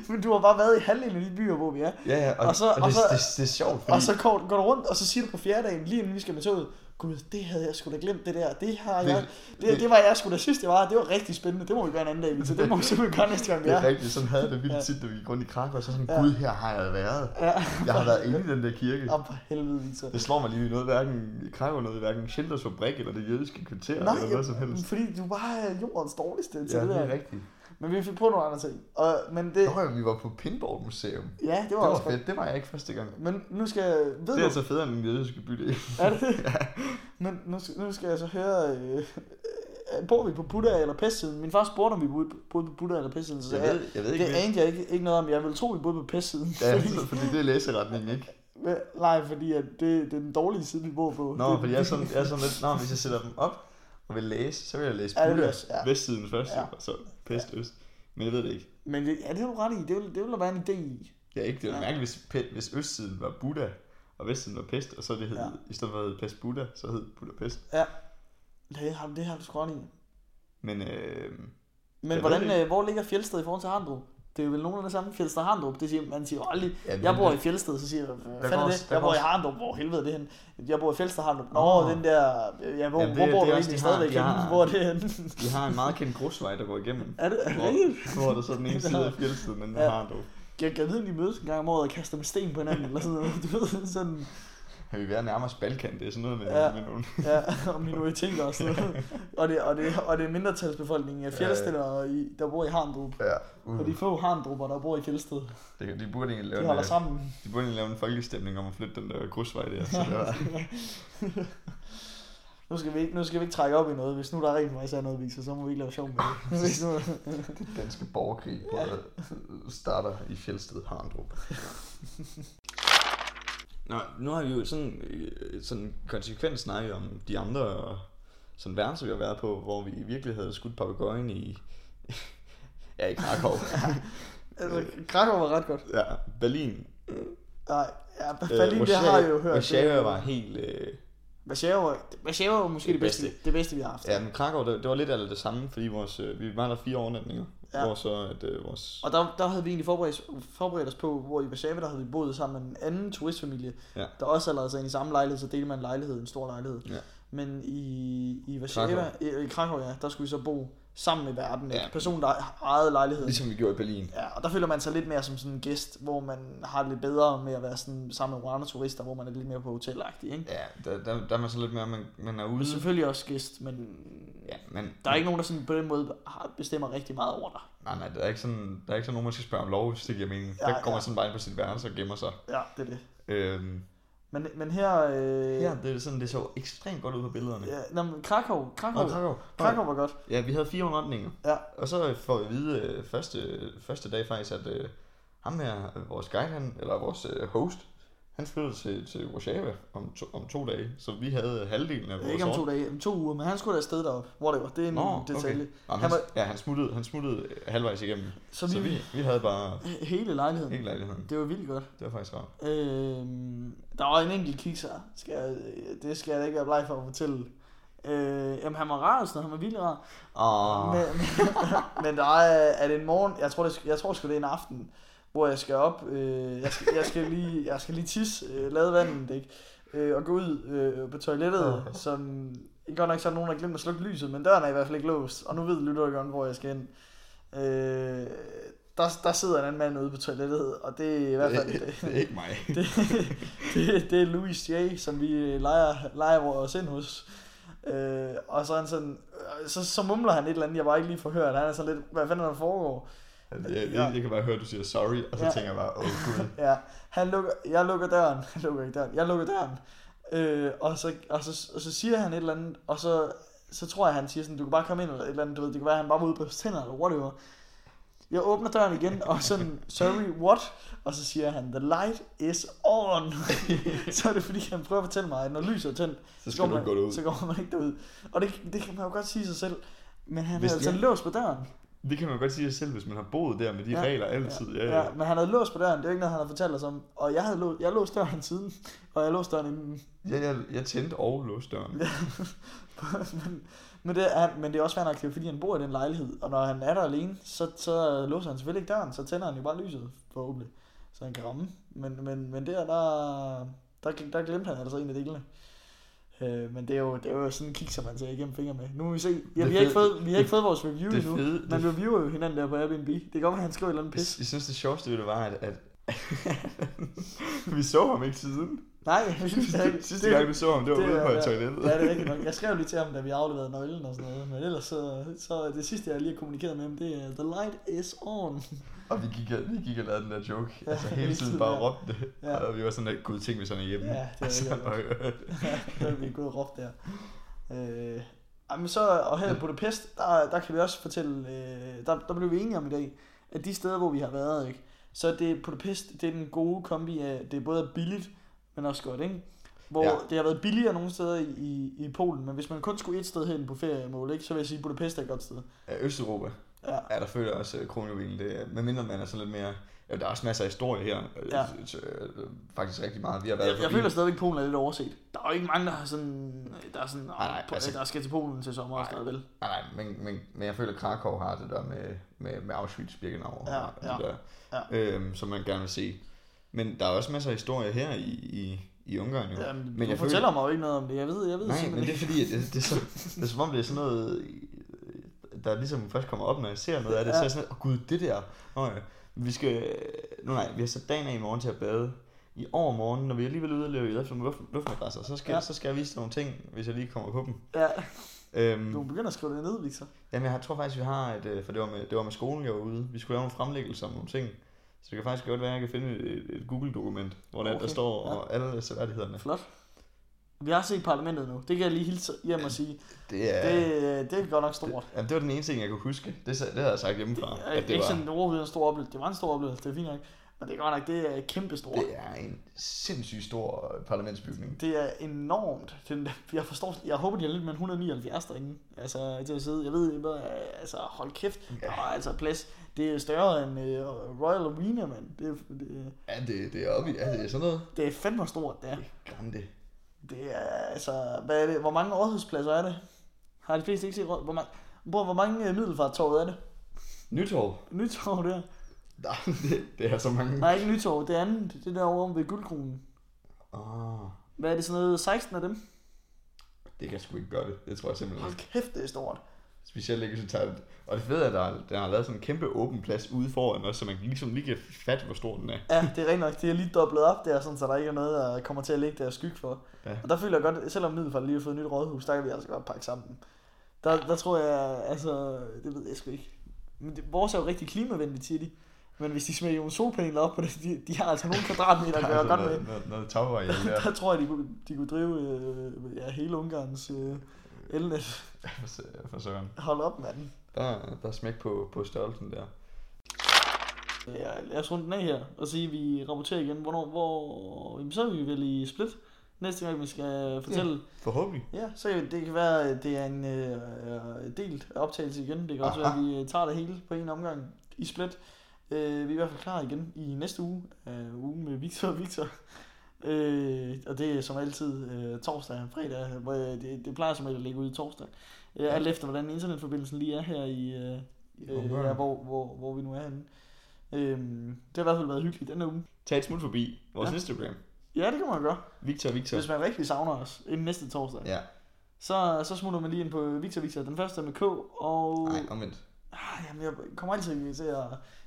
[SPEAKER 1] Men du har bare været i halvdelen af de byer, hvor vi er.
[SPEAKER 2] Ja, ja, og,
[SPEAKER 1] Og
[SPEAKER 2] og,
[SPEAKER 1] så-
[SPEAKER 2] så, og, det,
[SPEAKER 1] og så-
[SPEAKER 2] det, det, er sjovt, fordi
[SPEAKER 1] Og så går, går du rundt, og så siger du på fjerdagen, lige inden vi skal med toget, Gud, det havde jeg sgu da glemt, det der. Det, har jeg, det, det,
[SPEAKER 2] det-
[SPEAKER 1] det var jeg sgu da sidst, jeg var. her. Det var rigtig spændende. Det må vi gøre en anden dag, så det må vi simpelthen gøre næste gang, vi
[SPEAKER 2] det
[SPEAKER 1] er.
[SPEAKER 2] er
[SPEAKER 1] her."
[SPEAKER 2] rigtigt. Sådan havde jeg det vildt tit, da vi gik rundt i Krakow, og så sådan,
[SPEAKER 1] Ja.
[SPEAKER 2] gud, her har jeg været.
[SPEAKER 1] Ja.
[SPEAKER 2] Jeg har været inde i den der kirke.
[SPEAKER 1] Op for helvede, Victor.
[SPEAKER 2] Det slår mig lige noget, hverken i Krakow noget, hverken Schindlers fabrik eller det jødiske kvarter,
[SPEAKER 1] Nej,
[SPEAKER 2] eller noget som helst.
[SPEAKER 1] fordi du bare er jordens dårligste til
[SPEAKER 2] Ja,
[SPEAKER 1] det
[SPEAKER 2] det
[SPEAKER 1] der.
[SPEAKER 2] er rigtigt.
[SPEAKER 1] Men vi fik på nogle andre ting. Og, men det,
[SPEAKER 2] Nå ja, vi var på Pinboard Museum. Det
[SPEAKER 1] ja, det var,
[SPEAKER 2] var,
[SPEAKER 1] også fedt.
[SPEAKER 2] fedt. Det var jeg ikke første gang.
[SPEAKER 1] Men nu skal jeg, ved
[SPEAKER 2] Det
[SPEAKER 1] du,
[SPEAKER 2] er altså federe end den jødiske bydel.
[SPEAKER 1] er det det? Men nu, skal- nu skal jeg så høre, øh, øh, bor vi på Buddha eller Pestsiden? Min far spurgte, om vi boede boede på Buddha eller Pestsiden, så sagde jeg,
[SPEAKER 2] jeg ved
[SPEAKER 1] det anede jeg ikke, ikke noget om. Jeg ville tro, vi boede på Pestsiden.
[SPEAKER 2] Ja, altså, fordi det er læseretningen, ikke?
[SPEAKER 1] Men, nej, fordi at det, det er den dårlige side, vi bor på.
[SPEAKER 2] Nå,
[SPEAKER 1] det,
[SPEAKER 2] fordi jeg er sådan, jeg er sådan lidt, nå, hvis jeg sætter dem op og vil læse, så vil jeg læse
[SPEAKER 1] Ja, det vil
[SPEAKER 2] Buddha,
[SPEAKER 1] jeg også, ja.
[SPEAKER 2] vestsiden først,
[SPEAKER 1] Ja.
[SPEAKER 2] og så pest øst. Men jeg ved det ikke.
[SPEAKER 1] Men det, ja, det har du ret i. Det ville, det ville der være en idé i.
[SPEAKER 2] Ja, ikke? Det var
[SPEAKER 1] Ja.
[SPEAKER 2] mærkeligt, hvis, pe- hvis østsiden var Buddha, og vestsiden var pest, og så det hed,
[SPEAKER 1] Ja.
[SPEAKER 2] i stedet for at hedde pest Buddha, så hed Budapest.
[SPEAKER 1] Det har, det har du sgu ret i.
[SPEAKER 2] Men øh,
[SPEAKER 1] Men
[SPEAKER 2] Jeg
[SPEAKER 1] hvordan,
[SPEAKER 2] ved det
[SPEAKER 1] øh, hvor ligger Fjelsted i forhold til Harndrup? Det er vel nogen af det samme Fjelsted og Harndrup. Det siger, man siger jo aldrig,
[SPEAKER 2] Ja, det-
[SPEAKER 1] jeg bor i Fjelsted, så siger jeg, hvad fanden er
[SPEAKER 2] går
[SPEAKER 1] det?
[SPEAKER 2] også- der
[SPEAKER 1] Jeg
[SPEAKER 2] går
[SPEAKER 1] bor i
[SPEAKER 2] også-
[SPEAKER 1] Harndrup, hvor helvede er det hen? Jeg bor i Fjelsted og Harndrup. Nå,
[SPEAKER 2] Nå.
[SPEAKER 1] den der, øh, ja, hvor,
[SPEAKER 2] Jamen, det-
[SPEAKER 1] hvor bor
[SPEAKER 2] det
[SPEAKER 1] du
[SPEAKER 2] er også-
[SPEAKER 1] egentlig
[SPEAKER 2] de har-
[SPEAKER 1] stadigvæk
[SPEAKER 2] de har-
[SPEAKER 1] henne? Hvor er det henne?
[SPEAKER 2] vi har en meget kendt grusvej, der går igennem.
[SPEAKER 1] er det er det rigtigt?
[SPEAKER 2] Hvor, hvor der så den ene side af fjeldsted, men den
[SPEAKER 1] Ja.
[SPEAKER 2] har dog.
[SPEAKER 1] Jeg kan vide, om de mødes en gang om året og kaster med sten på hinanden, eller sådan noget. Du ved, sådan,
[SPEAKER 2] Vi er nærmest Balkan, det er sådan noget med,
[SPEAKER 1] Ja.
[SPEAKER 2] ja. med nogle...
[SPEAKER 1] Ja, og minoriteter og sådan noget. Og det, og det, og det er mindretalsbefolkningen af
[SPEAKER 2] Ja, ja.
[SPEAKER 1] fjeldstillere, i- der bor i Harndrup.
[SPEAKER 2] Ja.
[SPEAKER 1] Og
[SPEAKER 2] Uh,
[SPEAKER 1] de få harndrupper, der bor i Kjeldsted,
[SPEAKER 2] det, kan- de, burde egentlig lave
[SPEAKER 1] de holder
[SPEAKER 2] en, øh,
[SPEAKER 1] sammen.
[SPEAKER 2] de burde egentlig lave en folkestemning om at flytte den der grusvej der. Så det var,
[SPEAKER 1] Nu skal, vi ikke, nu skal vi ikke trække op i noget. Hvis nu der rent faktisk er noget, Victor, så må vi ikke lave sjov med det. Hvis nu...
[SPEAKER 2] den danske borgerkrig
[SPEAKER 1] Ja.
[SPEAKER 2] ja. starter i Fjeldsted Harndrup. Nå, nu har vi jo sådan, øh, sådan konsekvent snakket om de andre sådan værelser, vi har været på, hvor vi virkelig havde skudt papegøjen i... ja, i Krakow.
[SPEAKER 1] altså, Krakow var ret godt.
[SPEAKER 2] ja, Berlin. Øh,
[SPEAKER 1] Nej, ja, Berlin, øh, det har jeg jo hørt.
[SPEAKER 2] Warszawa var helt... Øh,
[SPEAKER 1] Warszawa, Warszawa var måske det
[SPEAKER 2] Det
[SPEAKER 1] bedste,
[SPEAKER 2] bedste.
[SPEAKER 1] det bedste, vi har haft.
[SPEAKER 2] ja, men Krakow, det, det var lidt af det samme, fordi vores, øh, vi var der fire overnatninger,
[SPEAKER 1] Ja.
[SPEAKER 2] ja. hvor så at, øh, vores...
[SPEAKER 1] Og der, der havde vi egentlig forberedt, forberedt os på, hvor i Warszawa, der havde vi boet sammen med en anden turistfamilie,
[SPEAKER 2] Ja.
[SPEAKER 1] der også allerede sad i samme lejlighed, så delte man en lejlighed, en stor lejlighed.
[SPEAKER 2] Ja.
[SPEAKER 1] Men i, i Warszawa, i, i Krakow, ja, der skulle vi så bo sammen med verden. Ja.
[SPEAKER 2] Ja.
[SPEAKER 1] En person, der ejede lejligheden.
[SPEAKER 2] Ligesom vi gjorde i Berlin.
[SPEAKER 1] Ja, og der føler man sig lidt mere som sådan en gæst, hvor man har det lidt bedre med at være sådan, sammen med nogle andre turister, hvor man er lidt mere på hotelagtig, ikke?
[SPEAKER 2] Ja, der, der, der er man så lidt mere, man, man er
[SPEAKER 1] Men
[SPEAKER 2] ude.
[SPEAKER 1] selvfølgelig også gæst, men
[SPEAKER 2] Ja, men
[SPEAKER 1] der er ikke nogen, der sådan på den måde har- bestemmer rigtig meget over dig.
[SPEAKER 2] nej, nej, der er ikke sådan, der er ikke sådan nogen, man skal spørge om lov, hvis det giver mening.
[SPEAKER 1] Ja,
[SPEAKER 2] Ja, der
[SPEAKER 1] ja.
[SPEAKER 2] kommer man sådan bare ind på sit værelse og gemmer sig.
[SPEAKER 1] Ja, det er det.
[SPEAKER 2] Øhm,
[SPEAKER 1] Men, men her... Øh,
[SPEAKER 2] ja, det, er sådan, det så ekstremt godt ud på billederne. Ja.
[SPEAKER 1] ja nå, men Krakow, Krakow,
[SPEAKER 2] Og Krakow.
[SPEAKER 1] Krakow var godt.
[SPEAKER 2] Ja, vi havde fire underretninger.
[SPEAKER 1] Ja.
[SPEAKER 2] Og så får vi at vide øh, første, første dag faktisk, at øh, ham her, øh, vores guide, han, eller vores øh, host, han flyttede til, til Warszawa om to, om to dage. Så vi havde øh, halvdelen af vores
[SPEAKER 1] Ikke om
[SPEAKER 2] år.
[SPEAKER 1] to dage, om to uger, men han skulle da afsted derop. Whatever, det er en
[SPEAKER 2] Nå, okay.
[SPEAKER 1] detalje.
[SPEAKER 2] Nå, men
[SPEAKER 1] Han
[SPEAKER 2] han, ja, han smuttede, han smuttede halvvejs igennem.
[SPEAKER 1] Så vi,
[SPEAKER 2] Så vi, vi havde bare
[SPEAKER 1] hele lejligheden.
[SPEAKER 2] ikke lejligheden.
[SPEAKER 1] Det var vildt godt.
[SPEAKER 2] Det var faktisk rart.
[SPEAKER 1] Øhm, der var en enkelt kikser, skal jeg, det skal jeg da ikke være bleg for at fortælle. Øh, jamen han var rar og sådan noget, han var vildt rar.
[SPEAKER 2] Åh,
[SPEAKER 1] Men, men der er, er det en morgen, jeg tror, det, jeg tror sgu det er en aften, hvor jeg skal op, øh, jeg, skal, jeg, skal lige, jeg skal lige tisse, øh, lade vandet, ikke? Øh, og gå ud øh, på toilettet, som godt nok så er der nogen, der har glemt at slukke lyset, men døren er i hvert fald ikke låst, og nu ved lytteren, hvor jeg skal hen. Øh, der, der sidder en anden mand ude på toilettet, og det er i hvert fald...
[SPEAKER 2] det, det er ikke mig.
[SPEAKER 1] det, det, det er Louis J., som vi øh, leger, leger vores ind hos. Øh, og så er han sådan, øh, så, så mumler han et eller andet, jeg bare ikke lige får hørt. Han er sådan lidt, hvad fanden er der foregår?
[SPEAKER 2] Jeg, jeg, jeg kan bare høre, at du siger sorry, og så
[SPEAKER 1] Ja.
[SPEAKER 2] ja. tænker jeg bare, åh oh, gud.
[SPEAKER 1] Ja, han lukker, jeg lukker døren, han lukker ikke døren, jeg lukker døren. Øh, og, så, og, så, og så siger han et eller andet, og så, så tror jeg, han siger sådan, du kan bare komme ind, eller et eller andet, du ved, det kan være, han bare var ude på tænder, eller whatever. Jeg åbner døren igen, og sådan, sorry, what? Og så siger han, the light is on. så er det fordi, han prøver at fortælle mig, at når lyset er tændt,
[SPEAKER 2] Så skal du
[SPEAKER 1] man,
[SPEAKER 2] ikke gå derud.
[SPEAKER 1] så går man ikke derud. Og det, det kan man jo godt sige sig selv, men han
[SPEAKER 2] Hvis
[SPEAKER 1] havde altså
[SPEAKER 2] det-
[SPEAKER 1] låst på døren.
[SPEAKER 2] Det kan man godt sige sig selv, hvis man har boet der med de
[SPEAKER 1] Ja.
[SPEAKER 2] ja. regler altid. Ja,
[SPEAKER 1] Ja,
[SPEAKER 2] ja.
[SPEAKER 1] men han havde låst på døren, det er jo ikke noget, han har fortalt os om. Og jeg havde låst, jeg låst døren siden, og jeg låst døren inden.
[SPEAKER 2] ja jeg, jeg tændte og låste døren. Ja.
[SPEAKER 1] men, men, det er, men det er også fair nok, det er jo fordi han bor i den lejlighed, og når han er der alene, så, så låser han selvfølgelig ikke døren, så tænder han jo bare lyset, forhåbentlig, så han kan ramme. Men, men, men der, der, der, der glemte han altså en af delene. Øh, men det er, jo, det er jo sådan en kig, som man ser igennem fingre med. Nu må vi se. Ja,
[SPEAKER 2] Det
[SPEAKER 1] vi, har ikke
[SPEAKER 2] fede-
[SPEAKER 1] fået, vi har ikke fået vores review
[SPEAKER 2] det
[SPEAKER 1] endnu.
[SPEAKER 2] fede-
[SPEAKER 1] Man
[SPEAKER 2] det-
[SPEAKER 1] reviewer jo hinanden der på Airbnb. Det kan godt være, han skriver et eller andet
[SPEAKER 2] Jeg,
[SPEAKER 1] pis.
[SPEAKER 2] jeg synes, det sjoveste ved det var, at, at vi så ham ikke siden.
[SPEAKER 1] Nej,
[SPEAKER 2] Sidste, sidste
[SPEAKER 1] det-
[SPEAKER 2] gang, vi så ham, det var
[SPEAKER 1] det
[SPEAKER 2] ude
[SPEAKER 1] er-
[SPEAKER 2] på
[SPEAKER 1] ja.
[SPEAKER 2] et toilettet.
[SPEAKER 1] Ja, det er rigtigt nok. Jeg skrev lige til ham, da vi afleverede nøglen og sådan noget. Men ellers så, så det sidste, jeg lige har kommunikeret med ham, det er, the light is on.
[SPEAKER 2] Og vi gik, og- vi gik og lavede den der joke.
[SPEAKER 1] Ja,
[SPEAKER 2] Ja, altså
[SPEAKER 1] hele
[SPEAKER 2] hele
[SPEAKER 1] tiden,
[SPEAKER 2] tiden bare
[SPEAKER 1] ja.
[SPEAKER 2] råbte det.
[SPEAKER 1] Ja.
[SPEAKER 2] Ja. Og vi var sådan der, gud, tænk hvis han er hjemme.
[SPEAKER 1] Ja, det var
[SPEAKER 2] altså,
[SPEAKER 1] rigtig
[SPEAKER 2] og,
[SPEAKER 1] der er vi gået og råbt der. Øh, ej, men så, og her i Budapest, der, der kan vi også fortælle, øh, der, der blev vi enige om i dag, at de steder, hvor vi har været, ikke, så er det Budapest, det er den gode kombi af, det er både billigt, men også godt, ikke? Hvor ja.
[SPEAKER 2] Ja.
[SPEAKER 1] det har været billigere nogle steder i, i, i Polen, men hvis man kun skulle et sted hen på feriemål, ikke, så vil jeg sige, at Budapest er et godt sted.
[SPEAKER 2] Ja, Østeuropa.
[SPEAKER 1] Ja.
[SPEAKER 2] Ja, der føler jeg også øh, kronjuvelen. Det, er- medmindre man er sådan lidt mere... Ja, der er også masser af historie her.
[SPEAKER 1] Ja.
[SPEAKER 2] Ja. Øh, faktisk rigtig meget. Vi har været
[SPEAKER 1] Jeg, jeg
[SPEAKER 2] forbi-
[SPEAKER 1] føler stadigvæk, at Polen er lidt overset. Der er jo ikke mange, der, har sådan, øh, der, er sådan, nej, nej,
[SPEAKER 2] nej, altså-
[SPEAKER 1] der skal til Polen til sommer og sådan noget, vel?
[SPEAKER 2] Nej, nej, men, men, men jeg føler, at Krakow har det der med, med, med Auschwitz-Birkenau.
[SPEAKER 1] Ja,
[SPEAKER 2] og
[SPEAKER 1] ja,
[SPEAKER 2] det der,
[SPEAKER 1] ja.
[SPEAKER 2] Øhm, som man gerne vil se. Men der er også masser af historie her i, i, i Ungarn. Jo.
[SPEAKER 1] Jamen,
[SPEAKER 2] men
[SPEAKER 1] men du
[SPEAKER 2] jeg
[SPEAKER 1] fortæller mig jo ikke noget om det. Jeg ved, jeg ved
[SPEAKER 2] Nej,
[SPEAKER 1] simpelthen
[SPEAKER 2] men det er
[SPEAKER 1] ikke.
[SPEAKER 2] fordi, at det, det, er så, det er som om, det er sådan noget, øh, der ligesom først kommer op, når jeg ser noget af det, så er jeg sådan, åh oh, gud, det der, Nå, ja. vi skal, nu nej, vi har sat dagen af i morgen til at bade, i overmorgen, når vi alligevel er ude og løbe efter nogle luft- luftmadrasser, så skal,
[SPEAKER 1] Ja.
[SPEAKER 2] ja. så skal jeg vise dig nogle ting, hvis jeg lige kommer på dem.
[SPEAKER 1] Ja,
[SPEAKER 2] Øhm,
[SPEAKER 1] du begynder at skrive det ned, Victor.
[SPEAKER 2] Jamen, jeg tror faktisk, vi har et... øh, For det var med, det var med skolen, jeg var ude. Vi skulle lave nogle fremlæggelser om nogle ting. Så det kan faktisk godt være, at jeg kan finde et, et Google-dokument, hvor der, okay.
[SPEAKER 1] Okay,
[SPEAKER 2] der står
[SPEAKER 1] ja.
[SPEAKER 2] ja. og alle seværdighederne.
[SPEAKER 1] Flot. Vi har set parlamentet nu. Det kan jeg lige hilse hjem og sige.
[SPEAKER 2] Det er...
[SPEAKER 1] Det, øh,
[SPEAKER 2] Det,
[SPEAKER 1] det er godt nok stort.
[SPEAKER 2] jamen, det var den ene ting, jeg kunne huske. Det, sa- det havde jeg sagt hjemmefra.
[SPEAKER 1] Det
[SPEAKER 2] Det,
[SPEAKER 1] er
[SPEAKER 2] at det,
[SPEAKER 1] ikke
[SPEAKER 2] var,
[SPEAKER 1] sådan overhovedet en stor oplevelse. Det var en stor oplevelse, det er fint nok. Men det er godt nok, det er kæmpe stort.
[SPEAKER 2] det er en sindssygt stor øh, parlamentsbygning.
[SPEAKER 1] Det er enormt. Den, jeg forstår, jeg håber, de har lidt med en 179 derinde. Altså, til at sidde. Jeg ved ikke, hvad, altså, hold kæft. Ja.
[SPEAKER 2] Ja.
[SPEAKER 1] Der er altså plads. Det er større end øh, Royal Arena, mand. Det, er- det,
[SPEAKER 2] Ja, det, det er oppe i... Ja, det er sådan noget.
[SPEAKER 1] det, er fandme stort, det er.
[SPEAKER 2] Grande.
[SPEAKER 1] Det er, altså, hvad er det? Hvor mange rådhuspladser er det? Har de fleste ikke set råd? Hvor mange, bror, hvor mange øh, middelfarttorvet er det?
[SPEAKER 2] Nytorv.
[SPEAKER 1] Nytorv der.
[SPEAKER 2] Nej, det, det er så mange.
[SPEAKER 1] Nej, ikke Nytorv. Det andet, det der over ved Guldkronen.
[SPEAKER 2] Ah,
[SPEAKER 1] Hvad er det, sådan noget 16 af dem?
[SPEAKER 2] det kan sgu ikke gøre det. Det tror jeg simpelthen
[SPEAKER 1] Hold
[SPEAKER 2] ikke.
[SPEAKER 1] kæft, det er stort.
[SPEAKER 2] Specielt ikke så tæt. Og det fede er, at der, er- der har lavet sådan en kæmpe åben plads ude foran os, så man ligesom lige kan fatte, hvor stor den er.
[SPEAKER 1] Ja, det er rent nok. Det er lige dobblet op der, sådan, så der ikke er noget, der kommer til at ligge der og skygge for. Ja.
[SPEAKER 2] Ja.
[SPEAKER 1] Og der føler jeg godt, selvom Middelfart lige har fået et nyt rådhus, der kan vi altså godt pakke sammen. Der, der tror jeg, altså, det ved jeg sgu ikke. Men det, vores er jo rigtig klimavenligt, siger de. Men hvis de smider nogle solpaneler op på det, de, de har altså nogle kvadratmeter at gøre
[SPEAKER 2] altså
[SPEAKER 1] godt med.
[SPEAKER 2] noget, Noget, noget topper i der.
[SPEAKER 1] Der tror jeg, de kunne, de kunne drive øh, ja, hele Ungarns øh, elnet.
[SPEAKER 2] For sø- For søren.
[SPEAKER 1] Hold op, mand.
[SPEAKER 2] Der, er- der er smæk på, på størrelsen der.
[SPEAKER 1] Ja, lad os runde den af her og sige, at vi rapporterer igen. Hvornår, hvor, jamen, så er vi vel i split. Næste gang, vi skal fortælle,
[SPEAKER 2] Forhåbentlig.
[SPEAKER 1] Ja, så kan- det kan være, at det er en øh, delt optagelse igen. Det kan også
[SPEAKER 2] Aha.
[SPEAKER 1] være, at vi øh, tager det hele på en omgang i split. Øh, vi er i hvert fald klar igen i næste uge, øh, ugen med Victor og Victor. Øh, og det er som altid øh, torsdag og fredag, hvor øh, det, det plejer som regel at ligge ude torsdag. Øh, alt efter, hvordan internetforbindelsen lige er her i, øh, øh,
[SPEAKER 2] Ungarn.
[SPEAKER 1] ja, hvor, hvor, hvor vi nu er henne. Øh, det har i hvert fald været hyggeligt denne uge.
[SPEAKER 2] Tag et smut forbi vores
[SPEAKER 1] Ja.
[SPEAKER 2] ja. Instagram.
[SPEAKER 1] Ja, det kan man gøre,
[SPEAKER 2] Victor og Victor.
[SPEAKER 1] hvis man rigtig savner os inden næste torsdag.
[SPEAKER 2] Ja,
[SPEAKER 1] Så, så smutter man lige ind på Victor Victor. Den første er med K, og...
[SPEAKER 2] nej, omvendt.
[SPEAKER 1] Ah, jamen, jeg kommer altid til at...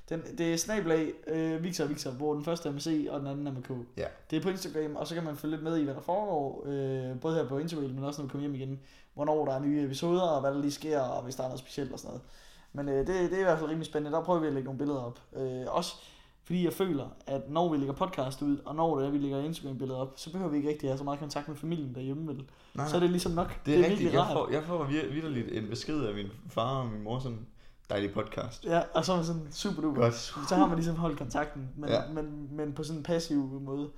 [SPEAKER 1] Den, det er snabelag øh, Victor Victor, hvor den første er med C, og den anden er med K.
[SPEAKER 2] Ja.
[SPEAKER 1] Det er på Instagram, og så kan man følge lidt med i, hvad der foregår. Øh, både her på Interrail, men også når vi kommer hjem igen. Hvornår der er nye episoder, og hvad der lige sker, og hvis der er noget specielt og sådan noget. Men øh, det, det er i hvert fald rimelig spændende. Der prøver vi at lægge nogle billeder op. Øh, også fordi jeg føler, at når vi lægger podcast ud, og når det er, vi lægger Instagram-billeder op, så behøver vi ikke rigtig have så meget kontakt med familien derhjemme. Vel?
[SPEAKER 2] Nej,
[SPEAKER 1] Så er det ligesom nok.
[SPEAKER 2] det er, det er rigtigt.
[SPEAKER 1] virkelig
[SPEAKER 2] Jeg får, jeg får vir- vitterligt en besked af min far og min mor sådan, dejlig podcast.
[SPEAKER 1] Ja, og så er man sådan super duper.
[SPEAKER 2] Godt.
[SPEAKER 1] Så har man ligesom holdt kontakten, men, ja.
[SPEAKER 2] Ja.
[SPEAKER 1] men, men på sådan en passiv måde.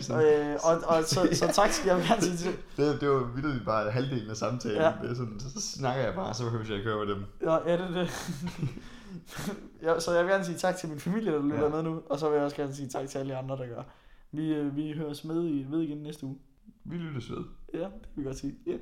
[SPEAKER 2] sådan,
[SPEAKER 1] Og, øh, og, og så, så tak skal jeg gerne sige til
[SPEAKER 2] det, det var vitterligt bare halvdelen af samtalen.
[SPEAKER 1] Ja.
[SPEAKER 2] Ja. Det er sådan, så, så snakker jeg bare, så behøver jeg ikke høre med dem.
[SPEAKER 1] Ja, ja, det er det. ja, så jeg vil gerne sige tak til min familie, der lytter ja.
[SPEAKER 2] Ja.
[SPEAKER 1] med nu, og så vil jeg også gerne sige tak til alle de andre, der gør. Vi, øh, vi høres med, i, ved igen næste uge.
[SPEAKER 2] Vi lyttes ved.
[SPEAKER 1] Ja, det kan vi godt sige. Ja.